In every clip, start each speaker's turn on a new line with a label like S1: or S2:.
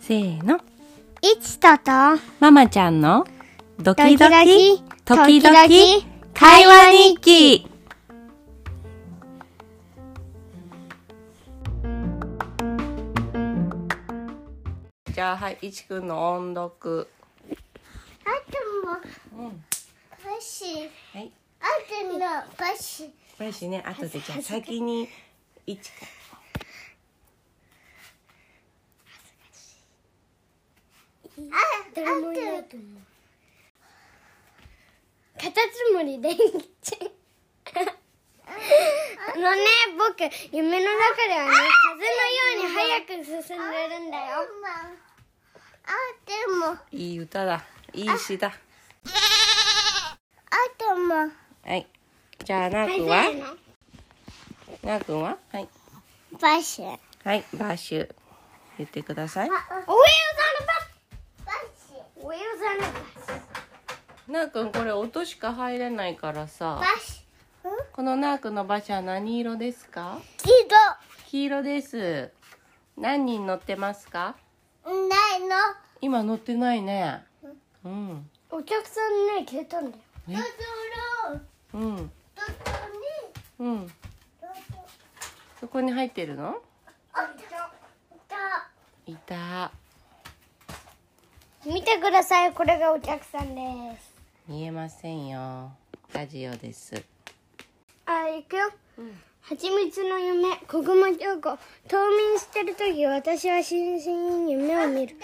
S1: せーの。
S2: いちとと、
S1: ママちゃんのドキド
S2: ド
S1: キ、時
S2: キドキ
S1: 々、会話日記。じゃあ、はい、いちくんの音読。
S3: あとも、
S1: うん
S3: パシ、
S1: はい。
S3: あとのパシ、
S1: これしね、後でじゃあ先に、いちくん。
S3: あ、あと、
S2: カタツムリ電池。あのね、僕、夢の中ではね、風のように早く進んでるんだ
S3: あ
S2: よ。
S3: とも、
S1: いい歌だ。いい詩だ。
S3: あとも、
S1: はい。じゃあ、なーくん
S2: はいせー
S1: は
S2: の
S1: なーくんははい。
S3: パシ、パ
S1: はい、バーシュ。言ってください。
S2: おはようさん
S3: シ、
S2: ばおはようさん
S1: なーくん、これ音しか入れないからさ。
S3: パシ、
S1: このナークの馬車は何色ですか
S3: キド、
S1: 黄色です何人乗ってますか
S3: ないの、
S1: 今乗ってないねうん
S2: お客さんね、消えたんだよ。
S3: どどろ、
S1: うん
S3: どど
S1: う
S3: に、
S1: ん
S3: どど、
S1: そこに入ってるの
S3: あと、ど、
S1: いた
S2: 見てください、これがお客さんです。
S1: 見えませんよラジオです
S2: あ、行くよ。はちみつの夢、小熊京子。冬眠してる時、私は真摯に夢を見る。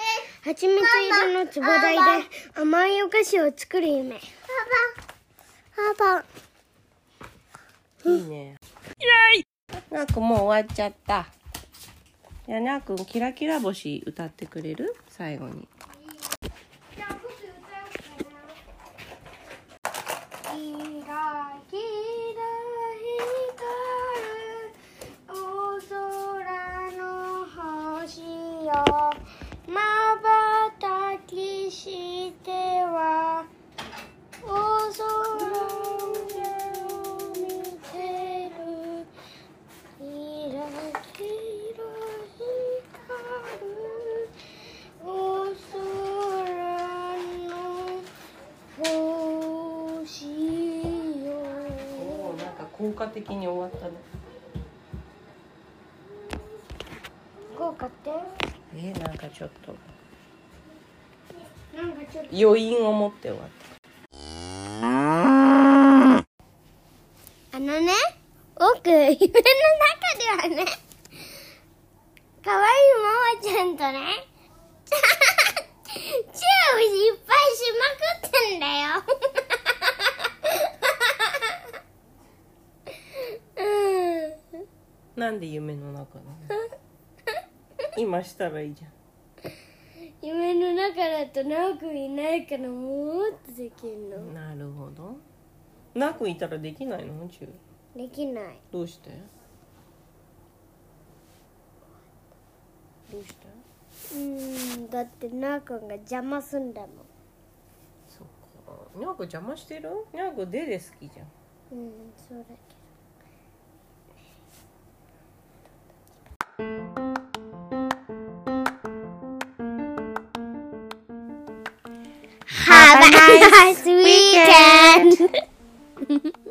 S2: はちみつ色のつぼ台で甘いお菓子を作る夢。
S3: パパ、パパ、
S1: いいねイエイナークもう終わっちゃったじゃあナークキラキラ星歌ってくれる最後に
S2: キラキラ光るお空の星よまばたきしてはお空を見てるキラキラ光るお空の星よ
S1: おなんか効果的に終わったね
S2: 豪華って
S1: えなんかちょっと
S2: なんかちょっと
S1: 余韻を持って終わった
S2: あのね僕夢の中ではね可愛いママちゃんとね チューをいっぱいしまくってんだよ うん
S1: なんで夢の中 なの今したらいいじゃん
S2: 夢の中だと直くんいないからもっとできるの
S1: なるほどなくいたらできないの宇宙
S2: できない
S1: どうしてどうして
S2: うんだってなーくんが邪魔すんだもん
S1: そっかにゃんこ邪魔してるにゃんこデデ好きじゃん
S2: うんそうだけど
S3: ハバナイスウィーケン